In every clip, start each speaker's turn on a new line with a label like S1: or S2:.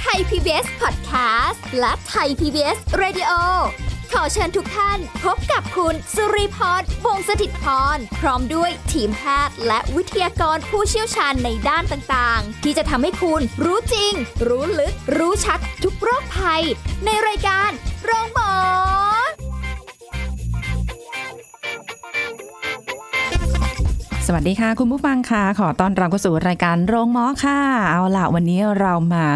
S1: ไทย PBS Podcast และไทย PBS Radio ขอเชิญทุกท่านพบกับคุณสุริพรวงศสถิตพร พร้อมด้วยทีมแพทย์และวิทยากรผู้เชี่ยวชาญในด้านต่างๆ ที่จะทำให้คุณรู้จริง รู้ลึก รู้ชัดทุกโรคภัย ในรายการโรงพยาบาล
S2: สวัสดีค่ะ คุณผู้ฟังค่ะ ขอต้อนรับเข้าสู่รายการโรงหมอค่ะ เอาล่ะ วันนี้เรามา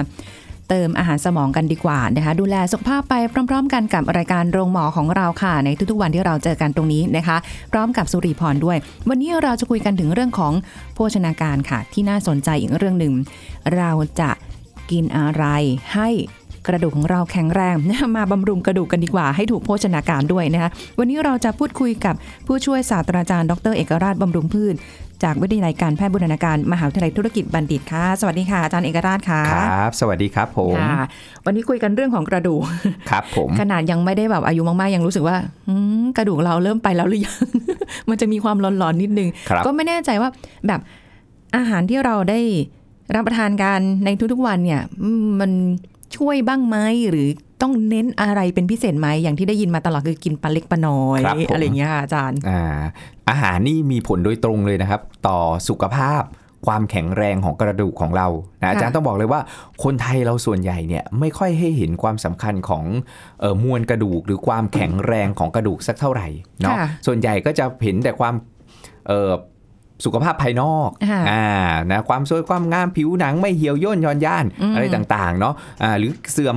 S2: เติมอาหารสมองกันดีกว่านะคะ ดูแลสุขภาพไปพร้อม ๆ กันกับรายการโรงหมอของเราค่ะ ในทุกๆวันที่เราเจอกันตรงนี้นะคะ พร้อมกับสุริพรด้วย วันนี้เราจะคุยกันถึงเรื่องของโภชนาการค่ะ ที่น่าสนใจอีกเรื่องหนึ่งเราจะกินอะไรให้กระดูกของเราแข็งแรง มาบำรุงกระดูกกันดีกว่าให้ถูกโภชนาการด้วยนะคะ วันนี้เราจะพูดคุยกับผู้ช่วยศาสตราจารย์ดรเอกราชบำรุงพืช จากวิทยาลัยการแพทย์บูรณาการมหาวิทยาลัยธุรกิจบัณฑิตค่ะ สวัสดีค่ะอาจารย์เอกราชค่ะ
S3: ครับ สวัสดีครับผม
S2: ค่ะ วันนี้คุยกันเรื่องของกระดูก
S3: ครับผม
S2: ขนาดยังไม่ได้แบบอายุมากๆ ยังรู้สึกว่าหืมกระดูกเราเริ่มไปแล้วหรือยัง มันจะมีความร้อนๆนิดนึง
S3: ครับ
S2: ก็ไม่แน่ใจว่าแบบอาหารที่เราได้รับประทานกันในทุกๆวันเนี่ยอืมมันช่วยบ้างไหมหรือต้องเน้นอะไรเป็นพิเศษไหมอย่างที่ได้ยินมาตลอดคือกินปลาเล็กปลาน้อย
S3: ครับผม
S2: อะไรอย่างเงี้ยค่ะอาจารย์
S3: อ่าอาหารนี่มีผลโดยตรงเลยนะครับ ต่อสุขภาพ ความแข็งแรงของกระดูกของเรานะอาจารย์ต้องบอกเลยว่าคนไทยเราส่วนใหญ่เนี่ยไม่ค่อยให้เห็นความสำคัญของเออมวลกระดูก หรือความแข็งแรงของกระดูกสักเท่าไหร่เนาะ
S2: ค่ะ
S3: ส่วนใหญ่ก็จะเห็นแต่ความเออสุขภาพภายนอก
S2: ค่ะ
S3: อ่านะความสวยความงามผิวหนังไม่เหี่ยวย่นย่อนย่านอะไรต่างๆเนาะอ่าหรือเสื่อม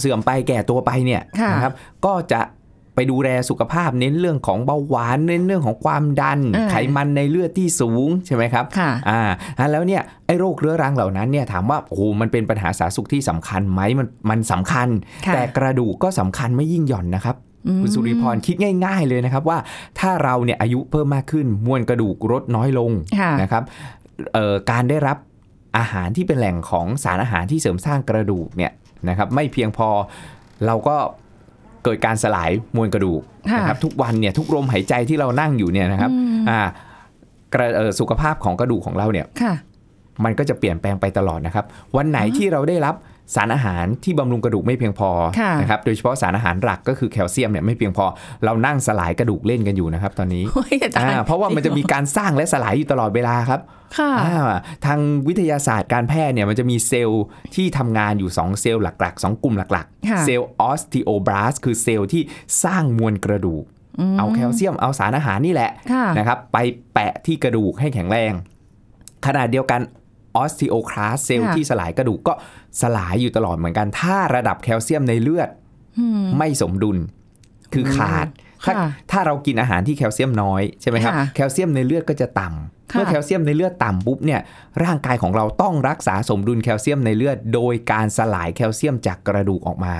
S3: เสื่อมไปแก่ตัวไปเนี่ย
S2: ค่ะ
S3: นะครับ ก็จะไปดูแลสุขภาพเน้นเรื่องของเบาหวานเน้นเรื่องของความดัน
S2: อ่า
S3: ไขมันในเลือดที่สูงใช่ไหมครับ
S2: ค่ะ
S3: อ่าแล้วเนี่ยไอ้โรคเรื้อรังเหล่านั้นเนี่ยถามว่าโอ้โหมันเป็นปัญหาสาธารณสุขที่สำคัญไหมมันมันสำคัญ
S2: ค่ะ
S3: แต่กระดูกก็สำคัญไม่ยิ่งหย่อนนะครับ คุณสุริพรคิดง่าย ๆเลยนะครับว่าถ้าเราเนี่ยอายุเพิ่มมากขึ้นมวลกระดูกลดน้อยลง
S2: ค่ะ
S3: นะครับเอ่อการได้รับอาหารที่เป็นแหล่งของสารอาหารที่เสริมสร้างกระดูกเนี่ยนะครับไม่เพียงพอเราก็เกิดการสลายมวลกระดูก
S2: ค่ะ
S3: นะครับทุกวันเนี่ยทุกลมหายใจที่เรานั่งอยู่เนี่ยนะครับ
S2: อืม
S3: อ่ากระเอ่อสุขภาพของกระดูกของเราเนี่ย
S2: ค่ะ
S3: มันก็จะเปลี่ยนแปลงไปตลอดนะครับ วันไหนที่เราได้รับสารอาหารที่บำรุงกระดูกไม่เพียงพอ
S2: ค่ะ
S3: นะครับ โดยเฉพาะสารอาหารหลักก็คือแคลเซียมเนี่ยไม่เพียงพอ เรานั่งสลายกระดูกเล่นกันอยู่นะครับ ตอนนี้
S2: โอ้ยอจย์
S3: อ่าเพราะว่ามันจะมีการสร้างและสลายอยู่ตลอดเวลาครับ
S2: ค่ะ
S3: อ่าทางวิทยาศาสตร์การแพทย์เนี่ยมันจะมีเซลล์ที่ทำงานอยู่ 2 เซลล์หลักๆ 2 กลุ่มหลัก
S2: ค่ะ
S3: ๆ เซลล์ออสติโอบลาสคือเซลล์ที่สร้างมวลกระดูก
S2: ม
S3: เอาแคลเซียมเอาสารอาหารนี่แหละ
S2: ค่ะ
S3: นะครับไปแปะที่กระดูกให้แข็งแรง ขนาดเดียวกันออสติโอคลาสเซลล์
S2: ค่ะ
S3: ที่สลายกระดูกก็สลายอยู่ตลอดเหมือนกัน ถ้าระดับแคลเซียมในเลือด
S2: อืม
S3: ไม่สมดุล คือขาดถ้า
S2: ค่ะ
S3: ถ้าเรากินอาหารที่แคลเซียมน้อยใช่ไหมครับ
S2: ค่ะ
S3: แคลเซียมในเลือดก็จะต่ำ
S2: ค่ะ
S3: เมื่อแคลเซียมในเลือดต่ำปุ๊บเนี่ยร่างกายของเราต้องรักษาสมดุลแคลเซียมในเลือด โดยการสลายแคลเซียมจากกระดูกออกมา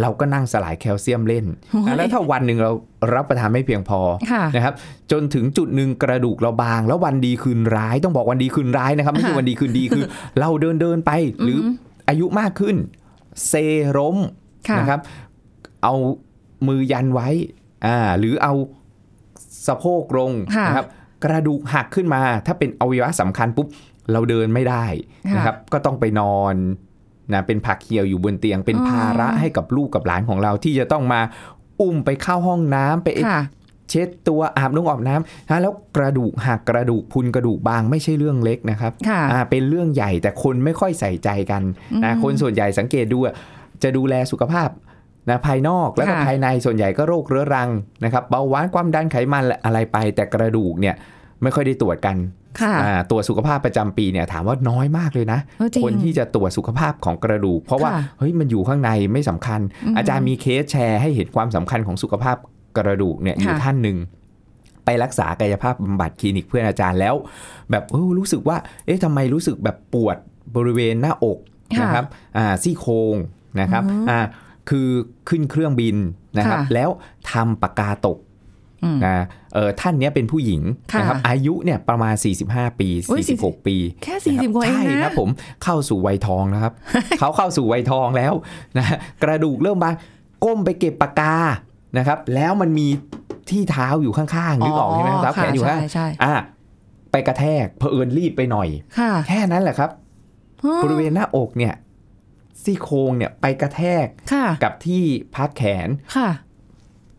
S3: เราก็นั่งสลายแคลเซียมเล่น
S2: โอ้ย
S3: อ่ะแล้วถ้าวันหนึ่งเรารับประทานไม่เพียงพอ
S2: ค่ะ
S3: นะครับ จนถึงจุดหนึ่งกระดูกเราบาง แล้ววันดีคืนร้ายต้องบอกวันดีคืนร้ายนะครับ ไม่ใช่
S2: ค่ะ
S3: วันดีคืนดีคือ เราเดินเดินไปหรืออ
S2: อฮึ
S3: อายุมากขึ้น เซล้ม
S2: ค่ะ
S3: นะครับ เอามือยันไว้อ่าหรือเอาสะโพกลง
S2: ค่ะ
S3: นะครับ กระดูกหักขึ้นมา ถ้าเป็นอวัยวะสำคัญปุ๊บเราเดินไม่ได้
S2: ค่ะ
S3: นะครับ ก็ต้องไปนอนนะเป็นผักเขียวอยู่บนเตียง เป็น
S2: อ๋อ
S3: ภาระให้กับลูกกับหลานของเราที่จะต้องมา อุ้มไปเข้าห้องน้ำไป
S2: ค่ะ
S3: เช็ดตัวอาบนุ่งอาบน้ำนะแล้วกระดูกหักกระดูกพรุนกระดูกบางไม่ใช่เรื่องเล็กนะครับ
S2: ค่ะ
S3: อ่าเป็นเรื่องใหญ่แต่คนไม่ค่อยใส่ใจกันนะ
S2: อืม
S3: คนส่วนใหญ่สังเกตดูอะจะดูแลสุขภาพนะภายนอกแล้วก็
S2: ค่ะ
S3: ภายในส่วนใหญ่ก็โรคเรื้อรังนะครับเบาหวานความดันไขมันและอะไรไป แต่กระดูกเนี่ยไม่ค่อยได้ตรวจกัน
S2: ค่ะ
S3: อ่าตัวจสุขภาพประจำปีเนี่ยถามว่าน้อยมากเลยนะ
S2: เออจริง
S3: คนที่จะตรวจสุขภาพของกระดูก เพราะว่า
S2: ค่ะ
S3: เฮ้ยมันอยู่ข้างในไม่สำคัญ
S2: อืม
S3: อาจารย์มีเคสแชร์ให้เห็นความสำคัญของสุขภาพกระดูกเนี่ย
S2: ค่ะ
S3: อยู่ท่านหนึ่งไปรักษากายภาพบำบัดคลินิกเพื่อนอาจารย์แล้ว แบบเออรู้สึกว่า เอ๊ะทำไมรู้สึกแบบปวดบริเวณหน้าอกนะครับอ่าซี่โครงนะครับอ่าคือขึ้นเครื่องบินนะครับ แล้วทำปากกาตก
S2: อืม
S3: นะเออท่านเนี้ยเป็นผู้หญิงนะครับ
S2: ค่ะ
S3: อายุเนี่ยประมาณ 45 ปี
S2: อุ๊ย
S3: 46 ปี
S2: แค่สี่สิบกว่าเอง
S3: ใช่
S2: นะ
S3: ครับผมเข้าสู่วัยทอง นะครับ เขาเข้าสู่วัยทองแล้วนะกระดูกเริ่มบางก้มไปเก็บปากกา นะครับ แล้วมันมีที่เท้าอยู่ข้างๆนึกออกใช่ไหมเท้าแขนอยู่ข้าง
S2: ใช่ใช่
S3: อ่ะไปกระแทกเผอิญรีบไปหน่อย
S2: ค่ะ
S3: แค่นั้นแหละครับ
S2: อืม
S3: บริเวณหน้าอกเนี่ยซี่โครงเนี่ยไปกระแทก
S2: ค่ะ
S3: กับที่พักแขน
S2: ค่ะ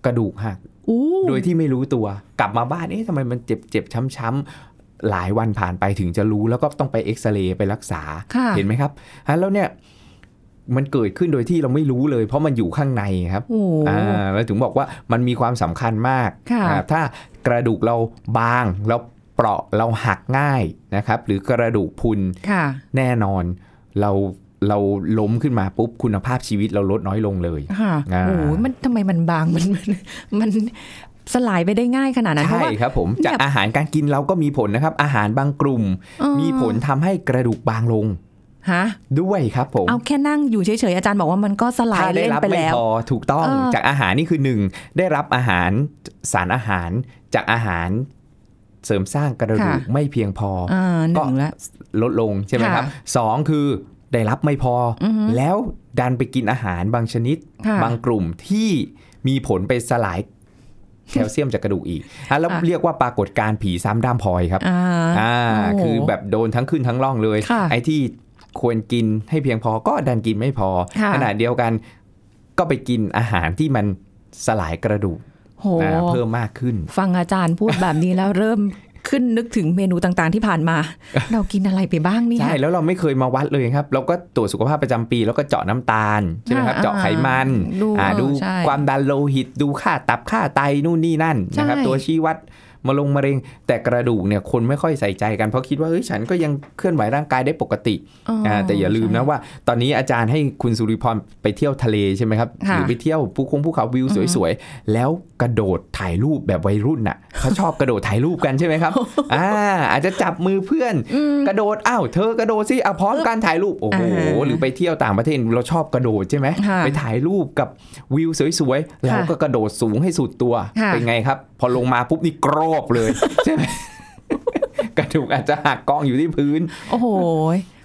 S3: กระดูกหัก
S2: อู้
S3: โดยที่ไม่รู้ตัวกลับมาบ้านเอ๊ะทำไมมันเจ็บเจ็บช้ำช้ำๆหลายวันผ่านไปถึงจะรู้แล้วก็ต้องไปเอ็กซเรย์ไปรักษา
S2: ค่ะ
S3: เห็นไหมครับฮะแล้วเนี่ยมันเกิดขึ้นโดยที่เราไม่รู้เลย เพราะมันอยู่ข้างในครับ
S2: โอ้
S3: อ่าเราถึงบอกว่ามันมีความสำคัญมาก
S2: ค่ะ
S3: อ่าถ้ากระดูกเราบางเราเปราะเราหักง่ายนะครับ หรือกระดูกพรุน
S2: ค่ะ
S3: แน่นอนเราเราล้มขึ้นมาปุ๊บคุณภาพชีวิตเราลดน้อยลงเลย
S2: ค่ะ
S3: อ่า
S2: โอ้โหมันทำไมมันบางมันมันมันสลายไปได้ง่ายขนาดนั้นเพราะ
S3: ใช่
S2: ว่า
S3: ครับผมจาก
S2: แบบ
S3: อาหารการกินเราก็มีผลนะครับ อาหารบางกลุ่ม
S2: เออ
S3: มีผลทำให้กระดูกบางลง
S2: ฮะ
S3: ด้วยครับผม
S2: เอาแค่นั่งอยู่เฉยๆอาจารย์บอกว่ามันก็สลาย
S3: ถ้าได้
S2: เล่น
S3: รับ
S2: ไป
S3: ไม่
S2: แล้ว
S3: พอถูกต้อง
S2: เออ
S3: จากอาหารนี่คือหนึ่งได้รับอาหารสารอาหารจากอาหารเสริมสร้างกระดูกไม่เพียงพอ
S2: อ่าห
S3: ก็
S2: นึ่งแล้ว
S3: ลดลงใช่ไหมครับสองคือได้รับไม่พออ
S2: อฮึ
S3: แล้วดันไปกินอาหารบางชนิด
S2: ค่ะ
S3: บางกลุ่มที่มีผลไปสลายแคลเซียมจากกระดูกอีกอ่ะแล้วเรียกว่าปรากฏการณ์ผีซ้ำด้ามพลอยครับ
S2: อ่า
S3: อ่า
S2: โอ้
S3: คือแบบโดนทั้งขึ้นทั้งล่องเลย
S2: ค่ะ
S3: ไอ้ที่ควรกินให้เพียงพอก็ดันกินไม่พอ
S2: ค่ะ
S3: ขณะเดียวกันก็ไปกินอาหารที่มันสลายกระดูก
S2: โห
S3: อ่าเพิ่มมากขึ้น
S2: ฟังอาจารย์พูดแบบนี้แล้วเริ่มขึ้นนึกถึงเมนูต่างๆที่ผ่านมา เรากินอะไรไปบ้างเนี่ย
S3: ใช่ แล้วเราไม่เคยมาวัดเลยครับ เราก็ตรวจสุขภาพประจำปี แล้วก็เจาะน้ำตาลใช่ไหมครับ
S2: อ่า
S3: เจาะไขมัน
S2: ดู
S3: อ่าดู
S2: ใช่
S3: ความดันโลหิต ดูค่าตับค่าไตนู่นนี่นั่นนะครับ
S2: ใช่
S3: ตัวชี้วัดมาลงมะเร็ง แต่กระดูกเนี่ยคนไม่ค่อยใส่ใจกันเพราะคิดว่าเฮ้ยฉันก็ยังเคลื่อนไหวร่างกายได้ปกติาแต่อย่าลืมนะว่า ตอนนี้อาจารย์ให้คุณสุริพรไปเที่ยวทะเลใช่ไหมครับ
S2: ค่ะ
S3: หรือไปเที่ยวภูคงภูเขาวิวสวยๆแล้วกระโดดถ่ายรูปแบบวัยรุ่นน่ะเขาชอบกระโดดถ่ายรูปกันใช่ไหมครับอ่าอาจจะจับมือเพื่อน
S2: อืม
S3: กระโดด อ้าว เธอกระโดดสิอ่ะพร้อมกันถ่ายรูป โอ้โห
S2: อ่า
S3: หรือไปเที่ยวต่างประเทศเราชอบกระโดดใช่ไหม
S2: ค่ะ
S3: ไปถ่ายรูปกับวิวสวยๆ เราก็กระโดดสูงให้สุดตัว
S2: ค่ะ
S3: เป็นไงครับ พอลงมาปุ๊บนี่กรอบเลย ใช่ไหม กระดูกอาจจะหักกองอยู่ที่พื้น
S2: โอ้โห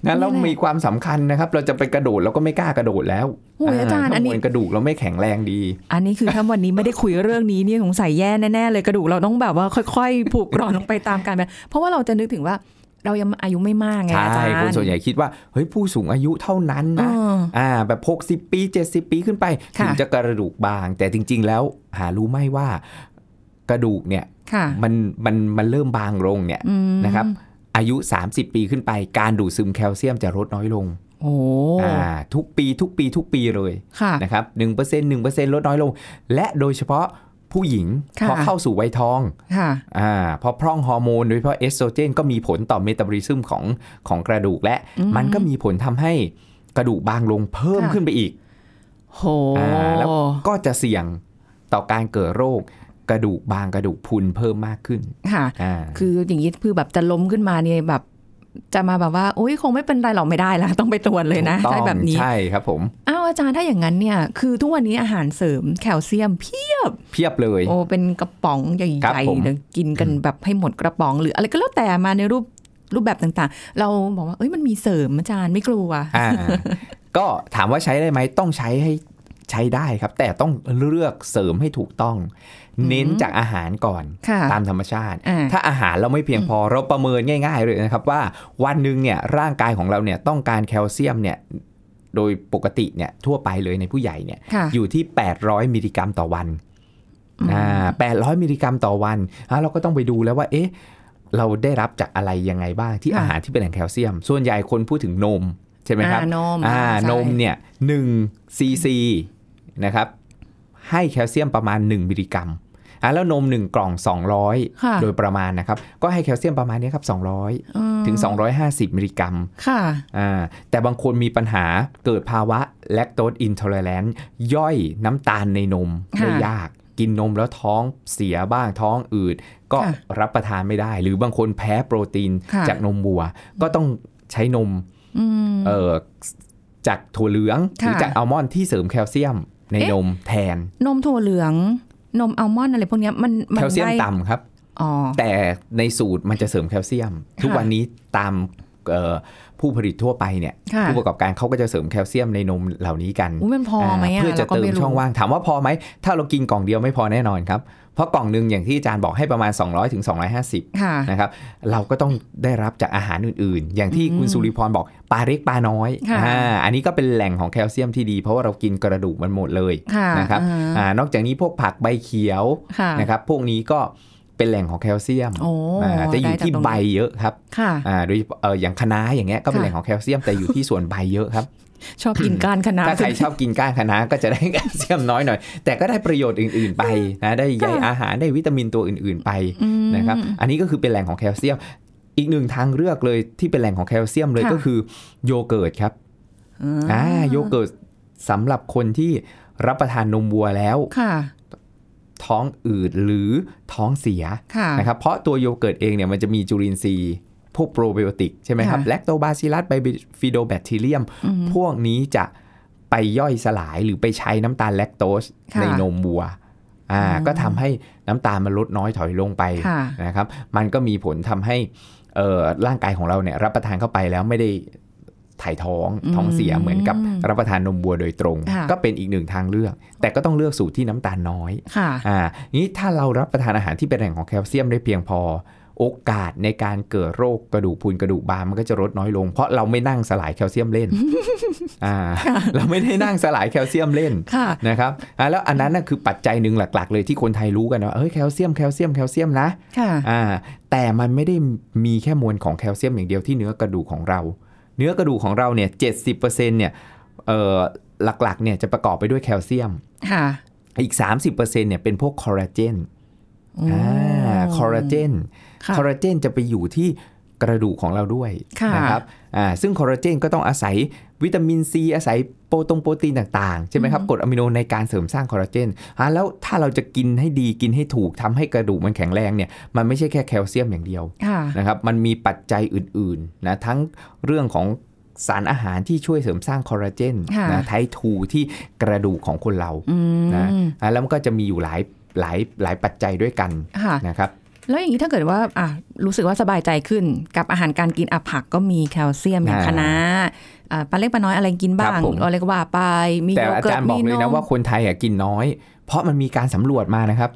S3: นะแล้ว
S2: แหละ
S3: มีความสำคัญนะครับ เราจะไปกระโดดเราก็ไม่กล้ากระโดดแล้ว
S2: โอ้ยอาจารย์
S3: ถ้
S2: อันนี้
S3: มวลกระดูกเราไม่แข็งแรงดี
S2: อันนี้คือถ้า วันนี้ไม่ได้คุยเรื่องนี้เนี่ยสงสัยแย่แน่ๆเลยกระดูกเราต้องแบบว่าค่อยๆผูกกร่อนลงไปตามการแบบเพราะว่าเราจะนึกถึงว่าเรายังอายุไม่มากไงอาจา
S3: ใช่
S2: รย์
S3: คนส่วนใหญ่คิดว่า เฮ้ย ผู้สูงอายุเท่านั้น
S2: เอ
S3: นะ
S2: อ
S3: อ่าแบบ 60 ปี 70 ปีขึ้นไป
S2: ค่ะ
S3: ถึงจะกระดูกบาง แต่จริง ๆ แล้วหารู้ไหมว่ากระดูกเนี่ย
S2: ค่ะ
S3: มันมันมันเริ่มบางลงเนี่ย
S2: อืม
S3: นะครับอายุ 30 ปีขึ้นไป การดูดซึมแคลเซียมจะลดน้อยลง
S2: โอ้
S3: อ่าทุกปีทุกปีทุกปีเลย
S2: ค่ะ
S3: นะครับหนึ่งเปอร์เซ็นต์หนึ่งเปอร์เซ็นต์ลดน้อยลง และโดยเฉพาะผู้หญิง
S2: ค่ะ
S3: พอเข้าสู่วัยทอง
S2: ค่ะ
S3: อ่าพอพร่องฮอร์โมนโดยเฉพาะเอสโตรเจนก็มีผลต่อเมตาบอลิซึมของของกระดูกและ
S2: อืม
S3: มันก็มีผลทำให้กระดูกบางลงเพิ่ม
S2: ค่ะ
S3: ขึ้นไปอีก
S2: โห
S3: อ่าแล้ว ก็จะเสี่ยงต่อการเกิดโรค กระดูกบางกระดูกพรุนเพิ่มมากขึ้น
S2: ค่ะ
S3: อ่า
S2: คืออย่างนี้คือแบบจะล้มขึ้นมาเนี่ยแบบ จะมาแบบว่าโอ้ยคงไม่เป็นไรหรอกไม่ได้ละต้องไปตรวจเลยนะ
S3: ถูกต้
S2: ถ้า
S3: อง
S2: แบบนี้
S3: ใช่ครับผม
S2: อ้าวอาจารย์ถ้าอย่างนั้นเนี่ยคือทุกวันนี้อาหารเสริมแคลเซียมเพียบ
S3: เพียบเลย
S2: โอ้เป็นกระป๋องใ
S3: ครั
S2: หญ่
S3: บผม
S2: ๆเลยกินกันแบบให้หมดกระป๋อง หรืออะไรก็แล้วแต่มาในรูปรูปแบบต่างๆ เราบอกว่าเอ้ยมันมีเสริมอาจารย์ไม่กลัว
S3: อ่าก็ถามว่าใช้ได้ไหมต้องใช้ให้ใช้ได้ครับ แต่ต้องเลือกเสริมให้ถูกต้อง เน้นจากอาหารก่อน
S2: ค่ะ
S3: ตามธรรมชาติ
S2: อ่า
S3: ถ้าอาหารเราไม่เพียงพอเราประเมินง่าย ๆ เลยนะครับว่าวันหนึ่งเนี่ยร่างกายของเราเนี่ยต้องการแคลเซียมเนี่ยโดยปกติเนี่ยทั่วไปเลยในผู้ใหญ่เนี่ย
S2: ค่ะ
S3: อยู่ที่ 800 มิลลิกรัมต่อวัน
S2: อืม
S3: อ่า800 มิลลิกรัมต่อวันอ่ะเราก็ต้องไปดูแล้วว่า เอ๊ะ เราได้รับจากอะไรยังไงบ้างที่อาหารที่เป็นแหล่งแคลเซียม ส่วนใหญ่คนพูดถึงนมใช่ไหมครับ
S2: อ่านม
S3: อ่า
S2: ใช่
S3: นมเนี่ย1ซีซีนะครับ ให้แคลเซียมประมาณ 1 มิลลิกรัมอ่ะแล้วนม 1 กล่อง
S2: ค่ะ
S3: 200 โดยประมาณนะครับ ก็ให้แคลเซียมประมาณเนี้ยครับ
S2: อืม
S3: 200 ถึง 250 มิลลิกรัม
S2: ค่ะ
S3: อ่าแต่บางคนมีปัญหาเกิดภาวะ lactose intolerant ย่อยน้ำตาลในนม
S2: ค่ะ
S3: ได้ยาก กินนมแล้วท้องเสียบ้างท้องอืดก็
S2: ค่ะ
S3: รับประทานไม่ได้ หรือบางคนแพ้โปรตีน
S2: ค่ะ
S3: จากนมวัว ก็ต้องใช้นม
S2: อืม
S3: เอ่อจากถั่วเหลือง ห
S2: ค่ะ
S3: รือจากอัลมอนด์ที่เสริมแคลเซียมใน
S2: เอ๊ะ
S3: นมแทน
S2: นมถั่วเหลือง นมอัลมอนด์อะไรพวกเนี้ยมันมั
S3: แคน ลเซียม
S2: ได้
S3: ต่ำครับ
S2: อ๋อ
S3: แต่ในสูตรมันจะเสริมแคลเซียม ทุก
S2: ค่ะ
S3: วันนี้ตาม เอ่อผู้ผลิตทั่วไปเนี่ย
S2: ค่ะ
S3: ผู้ประกอบการเขาก็จะเสริมแคลเซียมในนมเหล่านี้กัน
S2: อุ้ยมันพอไหมอ่ะ
S3: เพื่อจะ
S2: ราก็
S3: เติม
S2: ไรู้
S3: ช่องว่างถามว่าพอไหม ถ้าเรากินกล่องเดียวไม่พอแน่นอนครับ เพราะกล่องหนึ่งอย่างที่อาจารย์บอกให้ประมาณ 200ถึง250
S2: ค่ะ
S3: นะครับเราก็ต้องได้รับจากอาหารอื่นๆ อย่างที่
S2: อืม
S3: คุณสุริพรบอกปลาเล็กปลาน้อย
S2: ค่ะ
S3: อาอันนี้ก็เป็นแหล่งของแคลเซียมที่ดี เพราะว่าเรากินกระดูกมันหมดเลย
S2: ค่ะ
S3: นะครับ
S2: อ่า
S3: อานอกจากนี้พวกผักใบเขียว
S2: ค่ะ
S3: นะครับพวกนี้ก็เป็นแหล่งของแคลเซียม
S2: โอ้
S3: อ่าจะอยู่
S2: ได้จาก
S3: ที่
S2: ตรงนี้
S3: ใบเยอะครับ
S2: ค่ะ
S3: อ่าโดยเฉพาะเอ่ออย่างคะน้าอย่างเงี้ยก็เป็น
S2: ค่ะ
S3: แหล่งของแคลเซียมแต่อยู่ที่ส่วนใบเยอะครับ
S2: ชอบกินก้านคะน้า
S3: ถ้าใครชอบกินก้านคะน้าก็จะได้ แคลเซียมน้อยหน่อย แต่ก็ได้ประโยชน์อื่น ๆ ไปนะได้ใยอาหารได้วิตามินตัวอื่น ๆ ไป
S2: อืม
S3: นะครับอันนี้ก็คือเป็นแหล่งของแคลเซียม อีกหนึ่งทางเลือกเลยที่เป็นแหล่งของแคลเซียมเลย
S2: ค่ะ
S3: ก็คือโยเกิร์ตครับ
S2: อ่า
S3: อ่าโยเกิร์ตสำหรับคนที่รับประทานนมวัวแล้ว
S2: ค่ะ
S3: ท้องอืดหรือท้องเสีย
S2: ค่ะ
S3: นะครับเพราะตัวโยเกิร์ตเองเนี่ยมันจะมีจุลินทรีย์พวกโปรไบโอติกใช่ไหมครับ
S2: ค่ะ
S3: แลคโตบาซิลัสไบฟิโดแบคทีเรียม
S2: อืม
S3: พวกนี้จะไปย่อยสลายหรือไปใช้น้ำตาลแลคโตส
S2: ค่ะ
S3: ในนมวัวอ่า
S2: อืม
S3: ก็ทำให้น้ำตาลมันลดน้อยถอยลงไป
S2: ค่ะ
S3: นะครับ มันก็มีผลทำให้เอ่อร่างกายของเราเนี่ยรับประทานเข้าไปแล้วไม่ได้ถ่ายท้องท้องเสียเหมือนกับรับประทานนมวัวโดยตรง ก็เป็นอีกหนึ่งทางเลือก แต่ก็ต้องเลือกสูตรที่น้ำตาลน้อย
S2: ค่ะ
S3: อ่านี้ถ้าเรารับประทานอาหารที่เป็นแหล่งของแคลเซียมได้เพียงพอ โอกาสในการเกิดโรคกระดูกพรุนกระดูกบางมันก็จะลดน้อยลง เพราะเราไม่นั่งสลายแคลเซียมเล่ นอ่าเราไม่ได้นั่งสลายแคลเซียมเล่น
S2: ค่ะ
S3: นะครับอ่าแล้วอันนั้นน่ะคือปัจจัยหนึ่งหลัก ๆ เลยที่คนไทยรู้กันว่าเฮ้ยแคลเซียมแคลเซียมแคลเซียมนะ
S2: ค่ะ
S3: อ่าแต่มันไม่ได้มีแค่มวลของแคลเซียมอย่างเดียวที่เนื้อกระดูกของเรา เนื้อกระดูกของเราเนี่ยเจ็ดสิบเปอร์เซ็นต์เนี่ยเอ่อหลักๆเนี่ยจะประกอบไปด้วยแคลเซียม
S2: ค่ะ
S3: อีก 30%เนี่ยเป็นพวกคอลลาเจน
S2: อืม
S3: อ่าคอลลาเจน
S2: ค่ะ
S3: คอลลาเจนจะไปอยู่ที่กระดูกของเราด้วย
S2: ค่ะ
S3: นะครับอ่าซึ่งคอลลาเจนก็ต้องอาศัยวิตามินซี อาศัยโปรตงโปรตีนต่างๆ ใช่ไหมครับกรดอะมิโนในการเสริมสร้างคอลลาเจนอ่าแล้วถ้าเราจะกินให้ดีกินให้ถูกทำให้กระดูกมันแข็งแรงเนี่ยมันไม่ใช่แค่แคลเซียมอย่างเดียว
S2: ค่ะ
S3: นะครับมันมีปัจจัยอื่นๆนะทั้งเรื่องของสารอาหารที่ช่วยเสริมสร้างคอลลาเจน
S2: ค่ะ
S3: นะไททูที่กระดูกของคนเรา
S2: อืม
S3: นะ อ่ะแล้วมันก็จะมีอยู่หลายหลายหลายปัจจัยด้วยกัน
S2: ค่ะ
S3: นะครับ
S2: แล้วอย่างนี้ถ้าเกิดว่าอ่ะรู้สึกว่าสบายใจขึ้นกับอาหารการกินอ่ะผักก็มีแคลเซียมอย่าง
S3: อ่า
S2: คะน้าอ่ะปลาเล็กปลาน้อยอะไรกินบ้าง
S3: ครับผม
S2: อะไรก็ว่าไปมี
S3: แต่
S2: โย
S3: อา
S2: เกิ
S3: จา
S2: ร์ต
S3: รย์บอ
S2: มี
S3: กเลย
S2: น
S3: นะ
S2: ม
S3: ว่าคนไทยอ่ะกินน้อย เพราะมันมีการสำรวจมานะครับ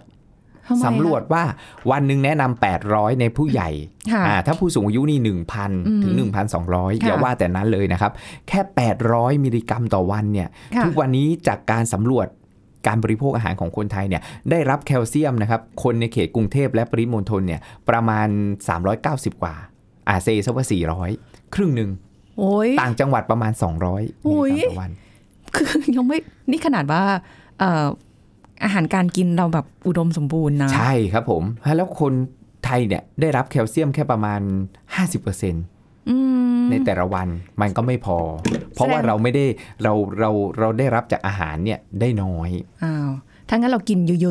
S2: ทำไมอะ
S3: สำรวจว่าวันหนึ่งแนะนำ800 ในผู้ใหญ่
S2: ค่ะ
S3: อ่าถ้าผู้สูงอายุนี่
S2: ม
S3: 1,000 ถึง 1,200 อย่า
S2: ค่ะ
S3: ว่าแต่นั้นเลยนะครับ แค่ 800 มิลลิกรัมต่อวันเนี่ย
S2: ค่ะ
S3: ทุกวันนี้จากการสำรวจการบริโภคอาหารของคนไทยเนี่ยได้รับแคลเซียมนะครับคนในเขตกรุงเทพและปริมณฑลเนี่ยประมาณ 390 กว่าอ่าเซซะว่า400 ครึ่งหนึ่ง
S2: โอ้ย
S3: ต่างจังหวัดประมาณ 200มิลลิก
S2: อุ๊
S3: รั
S2: ย
S3: มต่อวัน
S2: คือ ยังไม่นี่ขนาดว่าเอ่ออาหารการกินเราแบบอุดมสมบูรณ์นะ
S3: ใช่ครับผม แล้วคนไทยเนี่ยได้รับแคลเซียมแค่ประมาณ 50%
S2: อืม
S3: ในแต่ละวันมันก็ไม่พอ เพราะว่าเราไม่ได้เราเราเราได้รับจากอาหารเนี่ยได้น้อย
S2: อ้าวถ้างั้นเรากินเย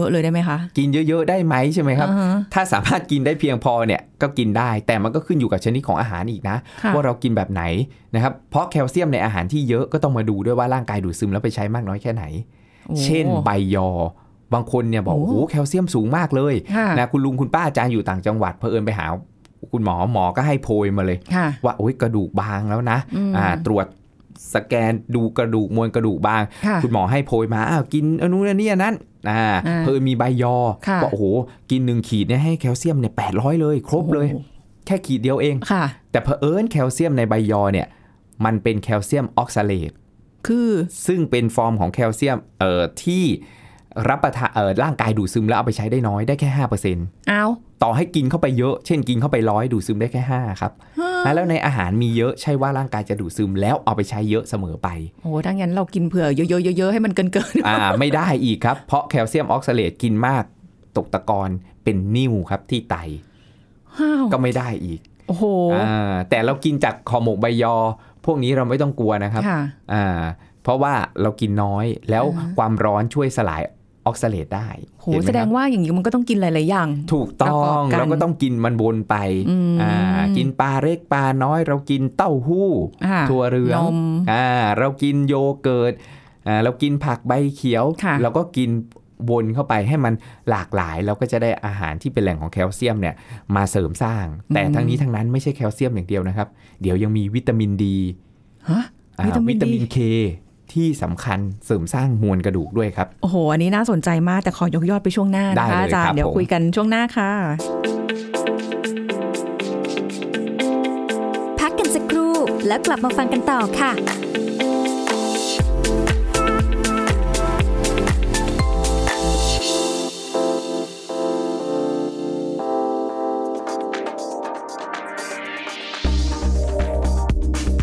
S2: อะๆๆๆๆเลยได้ไหมคะ
S3: กินเยอะ ๆ ได้ไหมใช่ไหมครับ
S2: อ่าฮะ
S3: ถ้าสามารถกินได้เพียงพอเนี่ยก็กินได้แต่มันก็ขึ้นอยู่กับชนิดของอาหารอีกนะ
S2: ค่ะ
S3: ว่าเรากินแบบไหนนะครับเพราะแคลเซียมในอาหารที่เยอะก็ต้องมาดูด้วยว่าร่างกายดูดซึมแล้วไปใช้มากน้อยแค่ไหน
S2: โอ้
S3: เช่นใบยอ บางคนเนี่ยบอก
S2: โอ้
S3: โอ้โหแคลเซียมสูงมากเลย
S2: ค่ะ
S3: นะคุณลุงคุณป้าอาจารย์อยู่ต่างจังหวัดเผอิญไปหาคุณหมอหมอก็ให้โพยมาเลย
S2: ค่ะ
S3: ว่าโอ้ยกระดูกบางแล้วนะ
S2: อืม
S3: อ่าตรวจสแกนดูกระดูกมวลกระดูกบาง
S2: ค่ะ
S3: คุณหมอให้โพยมาอ้าวกินอนนุนอันนี้อันนั้นอ่า
S2: อ่า
S3: เพิ่มมีใบยอ
S2: ค่ะ
S3: บอกโอ้โหกินหนึ่งขีดเนี่ยให้แคลเซียมเนี่ยแปดร้อยเลย ครบเลย
S2: โอ้โห
S3: แค่ขีดเดียวเอง
S2: ค่ะ
S3: แต่เผอิญแคลเซียมในใบยอเนี่ยมันเป็นแคลเซียมออกซาเลต
S2: คือ
S3: ซึ่งเป็นฟอร์มของแคลเซียมเอ่อที่รับประทานเอ่อร่างกายดูดซึมแล้วเอาไปใช้ได้น้อยได้แค่ห้าเปอร์เซ็นต์
S2: เอา
S3: ต่อให้กินเข้าไปเยอะ เช่นกินเข้าไปร้อยดูดซึมได้แค่ห้าครับอ่ะแล้วในอาหารมีเยอะใช่ว่าร่างกายจะดูดซึมแล้วเอาไปใช้เยอะเสมอไป
S2: โอ้โหถ้างั้นเรากินเผื่อเยอะๆเยอะๆให้มันเกินเกิน
S3: อ่าไม่ได้อีกครับ เพราะแคลเซียมออกซาเลตกินมาก ตกตะกอนเป็นนิ่วครับที่ไต
S2: ๆอ้าว
S3: ก็ไม่ได้อีก
S2: โอ้โห
S3: อ่าแต่เรากินจากขอหมกใบยอ พวกนี้เราไม่ต้องกลัวนะครับ
S2: ค่ะ
S3: อ่าเพราะว่าเรากินน้อยแล้ว
S2: อ่าฮะ
S3: ความร้อนช่วยสลายออกซาเลตได้
S2: โห
S3: เห็นไหม
S2: แสดง
S3: ครับ
S2: ว่าอย่างนี้มันก็ต้องกินหลายๆอย่าง
S3: ถูกต้อ
S2: ประกอบ
S3: ง
S2: กัน
S3: เราก็ต้องกินมันบนไป
S2: อืม
S3: อ่ากินปลาเล็กปลาน้อยเรากินเต้าหู้
S2: อ่า
S3: ถั่วเหลือง
S2: นม
S3: อ่าเรากินโยเกิร์ตอ่าเรากินผักใบเขียว
S2: ค่ะ
S3: เราก็กิน วนเข้าไปให้มันหลากหลายเราก็จะได้อาหารที่เป็นแหล่งของแคลเซียมเนี่ยมาเสริมสร้าง แต่ทั้งนี้ทั้งนั้นไม่ใช่แคลเซียมอย่างเดียวนะครับ เดี๋ยวยังมีวิตามินดี
S2: ฮะวิตามิ
S3: วิ
S2: น
S3: ตา
S2: ดี
S3: มินเคที่สำคัญเสริมสร้างมวลกระดูกด้วยครับ
S2: โอ้โห อันนี้น่าสนใจมากแต่ขอยกยอดไปช่วงหน้า
S3: ได้
S2: นะคะ
S3: เลย
S2: อาจาร
S3: ครั
S2: ย์
S3: บ
S2: เดี๋ยว
S3: ผม
S2: คุยกันช่วงหน้าค่ะ
S1: พักกันสักครู่แล้วกลับมาฟังกันต่อค่ะ